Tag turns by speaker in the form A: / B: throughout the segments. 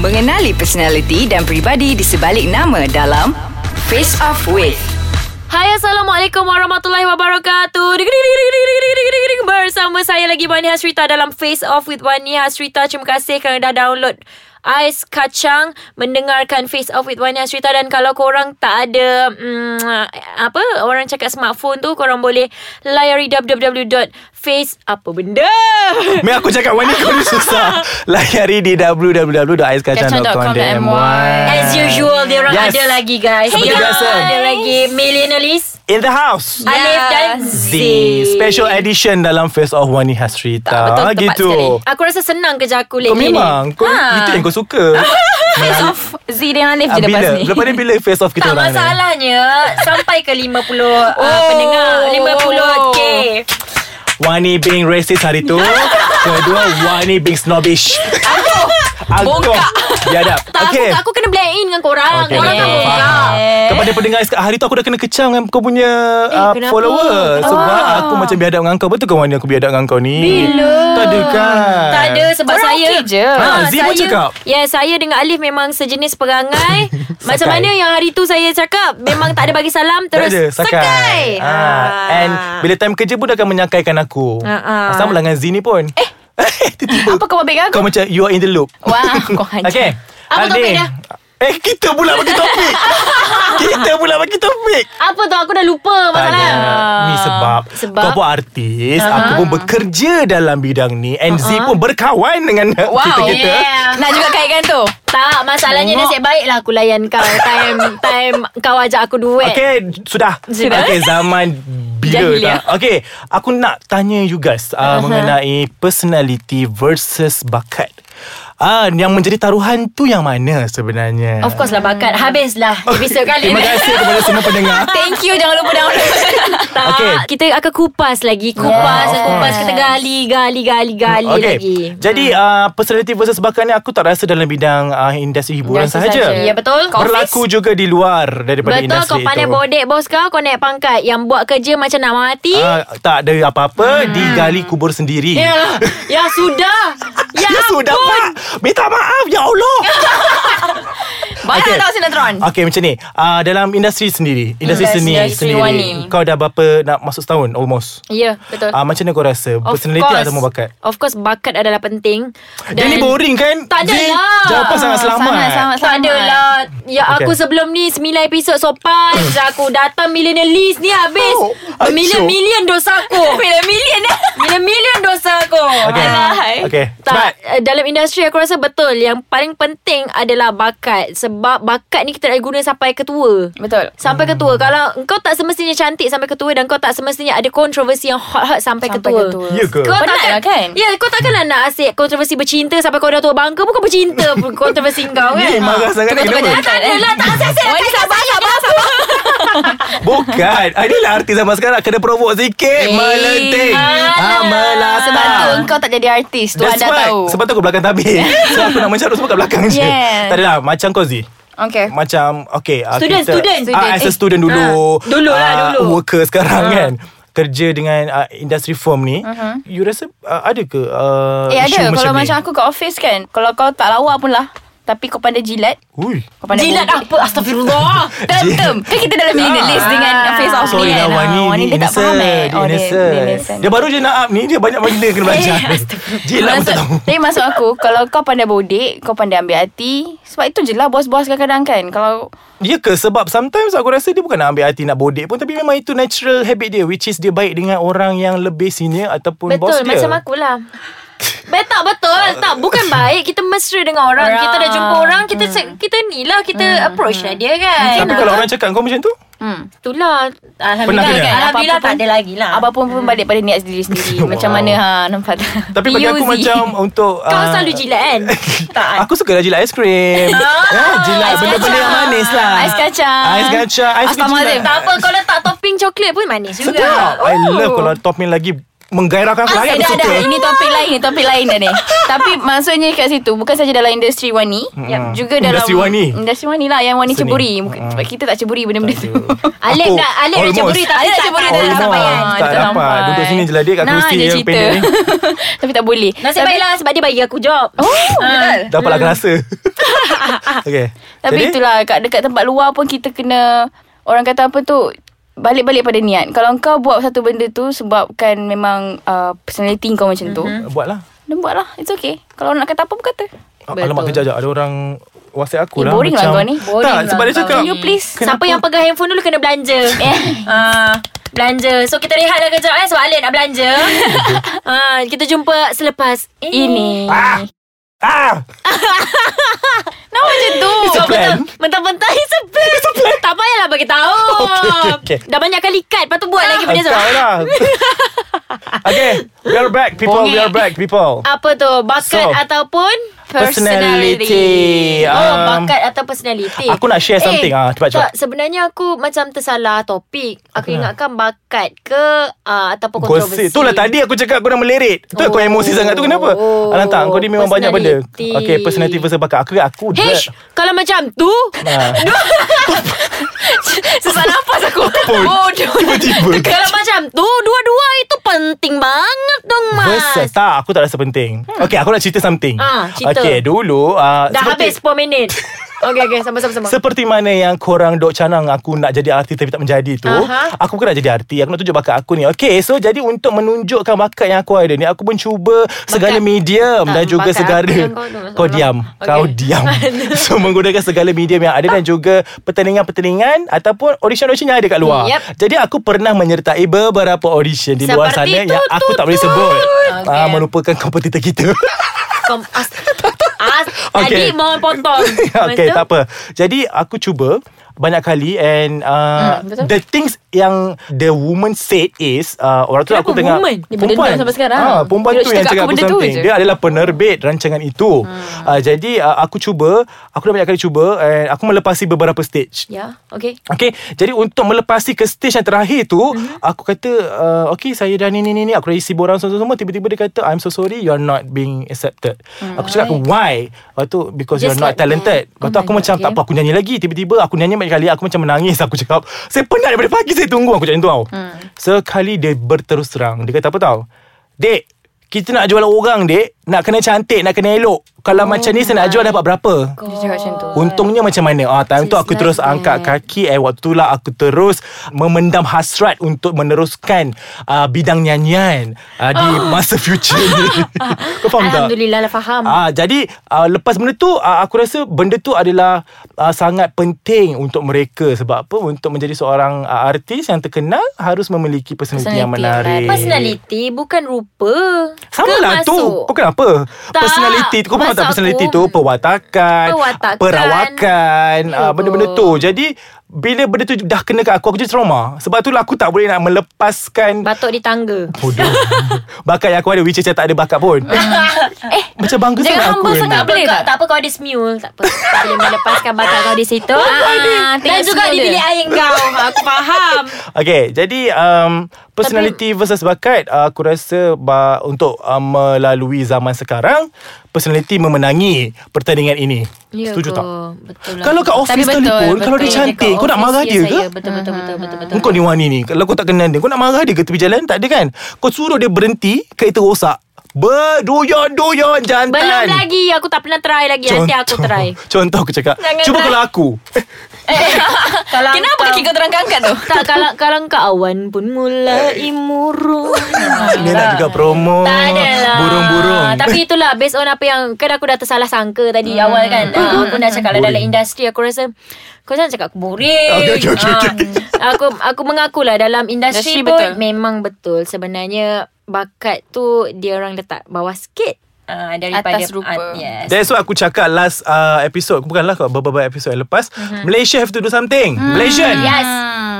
A: Mengenali personaliti dan pribadi di sebalik nama dalam Face Off With.
B: Hai Assalamualaikum warahmatullahi wabarakatuh Ding, ding, ding, ding, ding, ding, ding, ding, ding. Bersama saya lagi Wani Hasrita Dalam Face Off with Wani Hasrita Terima kasih kerana dah download Ais Kacang Mendengarkan Face Off with Wani Hasrita Dan kalau korang tak ada mm, Apa Orang cakap smartphone tu Korang boleh Layari www.face Apa benda
C: Mel aku cakap Wani kau ni susah Layari di www.aiskacang.com.my
B: As usual Dia orang
C: Yes.
B: ada lagi guys
C: Seperti
B: Dia orang
C: biasa.
B: ada lagi Millionaires
C: In the house
B: yeah. Alif dan Z
C: Z Special edition dalam Face Off Wani Hasrita
B: Betul tepat
C: gitu.
B: sekali Aku rasa senang kerja aku
C: Kau
B: lately ni.
C: memang kau,
B: Ha.
C: Itu yang kau suka
D: Face off Z dengan Alif
C: Ah,
D: je
C: Bila
D: lepas ni
C: Lepas ni bila Face Off kita
B: Tak
C: orang eh? ni?
B: masalahnya Sampai ke 50 uh, Pendengar
C: Oh.
B: 50k
C: Wani being racist hari tu Kedua Wani being snobbish Aku
D: Bongkak.
C: Biadab
B: Tak okay. aku, aku kena blend in dengan korang
C: Okay,
B: okay. Korang
C: betul.
B: tak buka
C: Faham. Kepada pendengar sekarang Hari tu aku dah kena kecam Dengan kau punya
D: Eh,
C: uh,
B: kenapa?
C: Follower
D: Oh.
C: Sebab aku macam biadab dengan kau Betul ke Wani aku biadab dengan kau ni Bila Tak ada kan
B: Tak ada sebab
D: Korang
B: saya
D: okey je.
C: Ha, Z pun cakap.
B: Ya yeah, saya dengan Alif memang sejenis perangai Macam
C: Sakai.
B: mana yang hari tu saya cakap Memang tak ada bagi salam
C: Tak
B: Terus
C: ada Sakai,
B: sakai.
C: Ah, And bila time kerja pun Dia akan menyakaikan aku
B: Ah, ah.
C: Sama lah dengan Z ni pun Eh Tiba-tiba
D: Apa kau buat dengan
C: Kau
D: aku
C: macam You are in the loop
D: Wah kau hancur
C: Okay
B: Apa
C: Aldin.
B: topik dia?
C: Eh kita pula bagi topik Kita pula bagi topik
B: Apa tu aku dah lupa
C: Tanya
B: masalah
C: Ni sebab,
B: Sebab?
C: Kau pun artis uh-huh. Aku pun bekerja dalam bidang ni And uh-huh. Z pun berkawan dengan
D: Wow.
C: kita-kita
B: Yeah.
D: Nak juga kaitkan tu
B: Tak masalahnya
D: Tengok.
B: nasib baiklah aku layan kau Time time kau ajak aku duet
C: Okay Sudah
B: Sudah.
C: Okay zaman bila
D: Jahiliah.
C: dah Okay Aku nak tanya you guys uh, uh-huh. Mengenai Personality versus bakat Ah, yang menjadi taruhan tu yang mana sebenarnya?
B: Of course lah bakat Habislah episod kali
C: Terima
B: ni.
C: kasih kepada semua pendengar.
D: Thank you Jangan lupa download
B: Tak Ya.
C: Okay.
B: Kita akan kupas lagi Kupas
C: Yeah, of
B: Kupas
D: course.
B: Kita gali Gali Gali Gali lagi Hmm.
C: Jadi uh, personality versus bakat ni aku tak rasa dalam bidang uh, industri hiburan
B: Industri
C: sahaja.
B: sahaja. Ya, betul. Kau
C: Berlaku juga di luar daripada
B: Betul
C: industri
B: kau pandai
C: itu.
B: bodek bos kau Kau naik pangkat Yang buat kerja macam nak mati
C: Uh, tak ada apa-apa hmm. digali kubur sendiri.
B: Ya Ya sudah Ya,
C: ya sudah pak. Minta maaf ya Allah.
D: Banyak
C: Okay.
D: okay. tahu sinetron
C: Okey macam ni. Uh, dalam industri sendiri, industri
D: Industri
C: seni
D: seni
C: sendiri.
D: wani.
C: Kau dah berapa nak masuk setahun almost?
B: Ya betul
C: Uh, macam mana kau rasa?
B: Of
C: personality
B: course.
C: atau bakat?
B: Of course bakat adalah penting
C: Dia ni boring kan?
B: Tak ada
C: Zee,
B: lah.
C: Jawapan sangat selamat.
D: Sangat selamat
B: Tak ada lah Ya okay.
C: Okay.
B: aku sebelum ni 9 episod sopan Dah Aku datang millionaire list ni habis
C: Oh,
B: oh, Million-million dosa aku Million-million Million-million dosa aku
C: Okay.
D: Alahai.
C: Okay. Cepat.
B: tak, eh, dalam industri aku rasa betul Yang paling penting adalah bakat Sebab bakat ni kita nak guna sampai ketua
D: Betul
B: Sampai
C: Hmm.
B: ketua Kalau engkau tak semestinya cantik sampai ketua Dan kau tak semestinya ada kontroversi yang hot-hot sampai,
D: Sampai
B: ketua.
D: ketua.
C: Ya ke?
B: Kau
D: Penat
B: takkan
D: lah kan?
B: Ya kau takkanlah nak asyik Kontroversi bercinta Sampai kau dah tua bangka Pun kau bercinta pun Kontroversi kau
C: Ni
B: kan
C: marah sangat ni
D: Tukar-tukar
C: kenapa?
D: jalan.
B: Tak adalah Tak asyik-asyik
D: Wani sabar sabar sabar
C: Bukan Adalah artis zaman sekarang Kena provoke sikit
D: Eh,
C: Melenting
B: alah.
C: ha,
D: Sebab tu
C: Melata
D: engkau tak jadi artis Tu
C: That's
D: anda
C: why
D: tahu
C: Sebab tu aku belakang tabir So aku nak mencarut Semua kat belakang je
D: Yes.
C: Tak adalah Macam kau Z
D: Okay
C: Macam Okay ah,
B: Student,
C: kita,
B: student.
C: ah, As a
D: Eh,
C: student dulu
B: ah, dulu lah,
C: ah,
B: dulu.
C: Worker sekarang
D: Ah.
C: kan kerja dengan uh, industri firm ni uh-huh. you rasa uh, ada ke uh,
D: Eh
C: isu
D: ada
C: macam
D: Kalau
C: ni
D: macam aku kat office kan Kalau kau tak lawa pun lah Tapi kau pandai jilat
C: Ui.
D: Kau pandai
B: Jilat
C: ah,
D: bodek.
B: apa Astagfirullah
D: Term-term Kan kita dalam minute list Dengan face off
C: Sorry
D: ni
C: lah
D: kan.
C: Wani
D: Ah,
C: Ni
D: Dia Eh, tak faham eh
C: innocent Dia
D: Oh,
C: innocent Dia baru je nak up ni Dia banyak benda kena belajar Jilat pun
D: Maksud,
C: tak tahu
D: tapi maksud aku Kalau kau pandai bodek Kau pandai ambil hati Sebab itu je lah Bos-bos kadang-kadang kan Kalau
C: Ya ke sebab sometimes aku rasa dia bukan nak ambil hati nak bodek pun tapi memang itu natural habit dia which is dia baik dengan orang yang lebih senior ataupun
B: Betul
C: bos dia.
B: macam
C: lah.
B: akulah Bet, tak betul Tak bukan baik Kita mesra dengan orang,
D: Orang.
B: Kita dah jumpa orang Kita hmm. kita ni lah Kita approach lah dia kan
C: Tapi kalau orang cakap kau macam tu
D: hmm,
B: Itulah Alhamdulillah
C: kena?
B: kan Alhamdulillah
D: Apa-apa
B: tak ada
D: pun-
B: lagi lah
D: Apa pun pun balik pada niat sendiri sendiri Macam
C: Wow.
D: mana ha Nampak tak
C: Tapi bagi aku
D: POZ.
C: macam untuk
B: Kau
C: ah,
B: selalu jilat kan Tak Ah,
C: Aku suka lah jilat aiskrim ya, Jilat
D: ais
C: benda-benda
D: kacang.
C: yang manis lah
D: Ais kacang.
C: Ais kacang Ais
D: Astaghfirullahalazim.
C: kacang
B: Tak apa Kau letak topping coklat pun manis juga Oh.
C: Sedap I love kalau topping lagi
B: Ah,
C: menggairahkan aku lagi
D: Eh,
C: aku
D: dah,
C: suka.
D: dah. Ini topik lain, ini topik lain dah ni. Tapi maksudnya kat situ bukan saja dalam industri wani,
C: Mm.
D: juga dalam
C: Industri wani.
D: Industri wani lah yang wani
C: Seni.
D: ceburi.
C: Mm.
D: Bukan- Sebab kita tak ceburi benda benda tu.
B: Alif
C: Aku
B: dah- Alif dah
C: almost.
B: cemburi tak-
D: Ada
B: Alif
D: tak
B: tak
D: ceburi
B: dapat.
D: dah tak sampai kan?
C: Almost, tak
D: Dia
C: dapat.
D: sampai.
C: Duduk sini je lah, dia kat
D: Nah,
C: kerusi
D: dia
C: yang
D: cerita.
C: pendek ni.
D: Tapi tak boleh.
B: Nasib
D: Tapi-
B: baiklah sebab dia bagi aku job. Ah.
D: Oh, betul.
C: Dapat lah
B: Hmm.
C: rasa. okay.
D: Tapi Jadi? itulah kat dekat tempat luar pun kita kena orang kata apa tu balik-balik pada niat. Kalau kau buat satu benda tu sebabkan memang uh, personality kau macam tu,
B: Mhm.
D: mm-hmm.
C: Buatlah.
D: dan buatlah. It's okay. Kalau nak kata apa pun kata.
B: Betul.
C: Ah, Alamak kejap kejap Ada orang WhatsApp aku
D: Eh,
C: lah
D: boring lah
C: macam,
D: kau ni.
C: Boring tak
B: Boring
C: lah sebab
B: lah
C: dia
B: kau.
C: cakap
D: Can you please?
B: Siapa yang pegang handphone dulu kena belanja.
D: Eh.
B: Ah, belanja. So kita rehatlah kejap eh sebab Alif nak belanja. ah, kita jumpa selepas ini.
D: Ini.
C: Ah Ah
D: Kenapa macam tu?
C: It's a plan
B: Mentah-mentah It's a plan It's a plan Tak payahlah bagi tahu
C: Okay, okay, okay.
B: Dah banyak kali cut Lepas tu buat lagi benda tu
C: Kau lah Okay We are back people We
D: Bongek.
C: are back people
B: Apa tu Bakat
C: So,
B: ataupun
C: Personality
B: Oh
C: Um,
B: bakat atau personality Eh,
C: aku nak share something, ah, cepat, cepat.
B: tak, Sebenarnya aku macam tersalah topik Aku
C: Apa nak?
B: ingatkan bakat ke uh, Ataupun kontroversi
C: Gosip Itulah tadi aku cakap Kau dah melerit Tu lah kau
B: Oh.
C: emosi sangat tu kenapa Alang tak Kau ni memang banyak benda
B: Personality.
C: Okay personality versus bakat Aku aku
B: Hish Kalau macam tu
C: Ah.
D: Sesak nafas aku.
C: Pun.
D: Bodoh.
C: Tiba-tiba
B: Kalau macam tu Dua-dua itu penting banget dong mas
C: Versus Tak aku tak rasa penting Okay aku nak cerita something
B: Ah, cerita.
C: Okay dulu uh,
B: Dah habis 10 minit Okay okay Sama-sama
C: Seperti mana yang korang dok canang aku nak jadi artis tapi tak menjadi tu.
B: Aha.
C: Aku bukan nak jadi artis, aku nak tunjuk bakat aku ni. Okay, so jadi untuk menunjukkan bakat yang aku ada ni, aku pun cuba segala medium
B: Tak,
C: dan juga
B: bakat
C: segala
B: aku yang kau tu, masalah.
C: Hmm, kau diam.
B: Okay.
C: Kau diam. so menggunakan segala medium yang ada dan juga pertandingan-pertandingan ataupun audition-audition yang ada kat luar.
B: Yep.
C: Jadi aku pernah menyertai beberapa audition di luar sana
B: Seperti
C: yang
B: Tutut.
C: aku tak boleh sebut.
B: Okay.
C: Ah, melupakan kompetitor kita.
B: Kom, as, as,
C: Okay.
B: okay. Tadi mohon potong
C: okay, Ya, tak apa. Jadi aku cuba banyak kali and uh,
D: Hmm, betul.
C: the things yang the woman said is uh, orang tu
B: Kenapa
C: aku tengah
B: woman?
D: Dia berdendam sampai sekarang.
C: Ah, perempuan
D: Dia
C: tu
D: cakap
C: yang
D: kat
C: cakap aku
D: benda tu
C: something.
D: je.
C: Dia adalah penerbit rancangan itu. Hmm. Uh, jadi uh, aku cuba, aku dah banyak kali cuba and aku melepasi beberapa stage.
B: Ya Okay
C: Okay Jadi untuk melepasi ke stage yang terakhir tu mm-hmm. Aku kata uh, Okay saya dah ni ni ni ni Aku dah isi borang semua-semua Tiba-tiba dia kata I'm so sorry You are not being accepted mm. Aku cakap why Lepas tu Because
B: Just
C: you are not
B: like that.
C: talented Lepas tu
D: Oh
C: aku
D: my
C: macam
D: God,
C: Tak
D: okay.
C: apa aku nyanyi lagi Tiba-tiba aku nyanyi banyak kali Aku macam menangis Aku cakap Saya penat daripada pagi Saya tunggu Aku cakap macam tu tau mm. Sekali dia berterus terang Dia kata apa tau Dek kita nak jual orang dek Nak kena cantik Nak kena elok Kalau oh macam ni Saya nak jual dapat berapa
D: Dia cakap macam tu.
C: Untungnya macam mana ah, Time tu
D: Just
C: aku terus
D: like that.
C: angkat kaki Eh waktu tu lah aku terus Memendam hasrat Untuk meneruskan uh, Bidang nyanyian uh, Di masa future ni Kau faham tak?
B: Alhamdulillah lah faham
C: Ah, jadi uh, lepas benda tu uh, aku rasa benda tu adalah uh, sangat penting untuk mereka sebab apa untuk menjadi seorang uh, artis yang terkenal harus memiliki personality, yang
D: Personality
C: menarik.
D: yang
B: Personality bukan rupa
C: eh. Sama
B: Ke
C: lah tu
B: masuk?
C: Kau kenapa
B: Tak.
C: Personality Kau faham tak
B: Maksud
C: personality
B: aku-
C: tu Perwatakan,
B: Perwatakan.
C: Perawakan
B: Ya
C: ah, Benda-benda tu Jadi Bila benda tu dah kena kat aku Aku jadi trauma Sebab tu lah aku tak boleh nak melepaskan
B: Batuk di tangga
C: Bodoh Bakat yang aku ada Which is saya tak ada bakat pun Eh Macam bangga
D: jangan
C: sangat aku
D: humble
C: ni.
D: sangat.
B: tak apa,
D: boleh
B: kau,
D: tak?
B: tak apa kau ada smule Tak apa Tak boleh melepaskan bakat kau di situ ah,
D: tengok
B: Dan juga
D: smule
B: di
D: dia.
B: bilik air kau Aku faham
C: Okay Jadi um, Personality Tapi, versus bakat uh, Aku rasa ba- Untuk uh, Melalui zaman sekarang Personality memenangi Pertandingan ini
B: Ya
C: Setuju
B: ke?
C: tak?
B: Betul lah
C: Kalau kat office sekalipun Kalau dia
D: betul.
C: cantik Kau nak marah dia ke?
B: ya Betul betul betul betul betul.
C: Engkau ni wani ni Kalau kau tak kenal dia Kau nak marah dia ke tepi jalan Tak ada kan Kau suruh dia berhenti Kereta rosak Berdoyon-doyon jantan
B: Belum lagi Aku tak pernah try lagi Nanti aku try
C: kan? Contoh aku cakap
D: Jangan
C: Cuba
D: try.
C: kalau aku
B: Kalau
D: Kenapa
B: kau-
D: kaki kau terangkat tu?
B: Tak kalau kalau kau awan pun mulai murung.
C: Dia nak juga promo
B: tak ada lah
C: Oh, Burung-burung
B: Tapi itulah Based on apa yang Kan aku dah tersalah sangka Tadi awal kan Ah, Aku dah cakap lah Dalam
C: Hmm. Boring.
B: industri Aku rasa Kau jangan cakap aku boring
C: Okay, okay, okay,
B: Ah,
C: okay.
B: Aku aku mengakulah Dalam industri
D: Industri
B: pun
D: betul.
B: Memang betul Sebenarnya Bakat tu Dia orang letak bawah sikit ah, Daripada
D: Atas rupa.
B: ah, yes.
C: That's why aku cakap last uh, episode Bukan last kot Beberapa episode lepas Malaysia have to do something Malaysian
B: Mhm. Hmm. Yes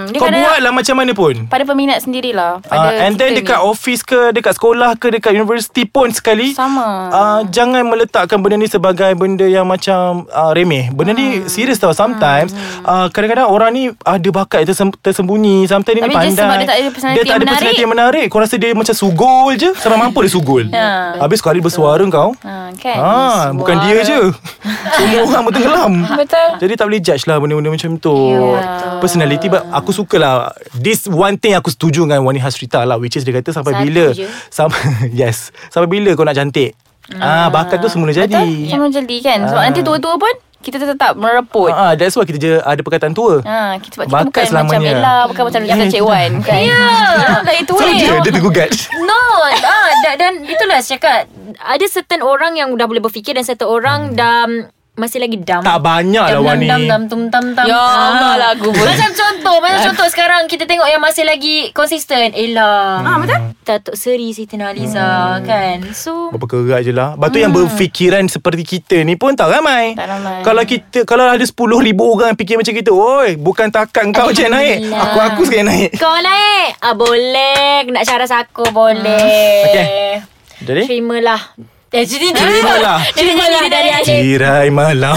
D: Hmm, dia
C: Kau
D: kadang-
C: buatlah macam mana pun
D: Pada peminat sendirilah
C: Uh,
D: pada
C: and
D: kita
C: then
D: ni.
C: dekat office ke Dekat sekolah ke Dekat universiti pun sekali
D: Sama.
C: uh, Jangan meletakkan benda ni Sebagai benda yang macam uh, Remeh Benda ni
D: Hmm.
C: serius tau Sometimes uh, Kadang-kadang orang ni Ada bakat tersem- tersembunyi Sometimes dia
D: Tapi
C: ni pandai
D: just sebab dia tak ada personality
C: Dia tak ada
D: yang
C: personality yang menarik Kau rasa dia macam sugul je Sampai mampu dia sugul
D: Ya.
C: Habis sekali bersuara kau
D: Ha, kan?
C: Ah, bukan dia je Semua orang pun tenggelam
D: Betul. Ya,
C: Jadi tak boleh judge lah Benda-benda macam tu yeah. Personality but Aku suka lah This one thing Aku setuju dengan Wani Hasrita lah Which is dia kata Sampai
B: Satu
C: bila
B: je.
C: sampai, Yes Sampai bila kau nak cantik Ah, Bakat tu semula jadi
D: Hmm. Betul? Sama jadi kan? Sebab
C: Ah.
D: nanti tua-tua pun kita tetap mereput.
C: Ah, ah, That's why kita je Ada perkataan tua
D: Ha, kita,
C: Bakat
D: sebab kita bukan macam
C: selamanya.
D: Ella, bukan macam Rita Cik Wan kan. Ya. Dari tu
C: So
D: eh.
C: dia Dia tergugat
B: No ah, dan, dan itulah saya cakap Ada certain orang yang dah boleh berfikir Dan certain orang dah masih lagi dumb
C: Hmm. Tak banyak lah Wani
E: Dam dam tum tam tam.
D: Ya Allah lagu pun. Eh.
B: Macam contoh Macam contoh sekarang Kita tengok yang masih lagi Konsisten Ella ah, Betul Datuk Seri Siti Naliza Kan So
C: Berperkerat je lah Lepas tu yang berfikiran Seperti kita ni pun Tak ramai
D: Hmm. Tak ramai.
C: Kalau kita Kalau ada 10 ribu orang Yang fikir macam kita Oi Bukan takat kau je naik Aku-aku sekali naik
B: Kau naik ah, Boleh Nak syaras aku Boleh
C: Okay. Jadi
B: Terimalah Hmm. Eh, jadi
C: Terimalah.
B: Dia nyanyi dia dari adik
C: Tirai malam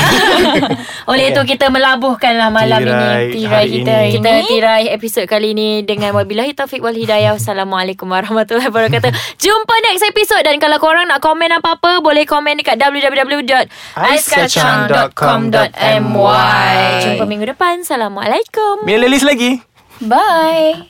B: Oleh itu kita melabuhkanlah malam
C: Tirai
B: ini
C: hari ini.
B: Kita tirai episod kali ini Dengan wabillahi taufiq wal hidayah Assalamualaikum warahmatullahi wabarakatuh Jumpa next episod Dan kalau korang nak komen apa-apa Boleh komen dekat www.aiskacang.com.my Jumpa minggu depan Assalamualaikum
C: Mila list lagi
D: Bye.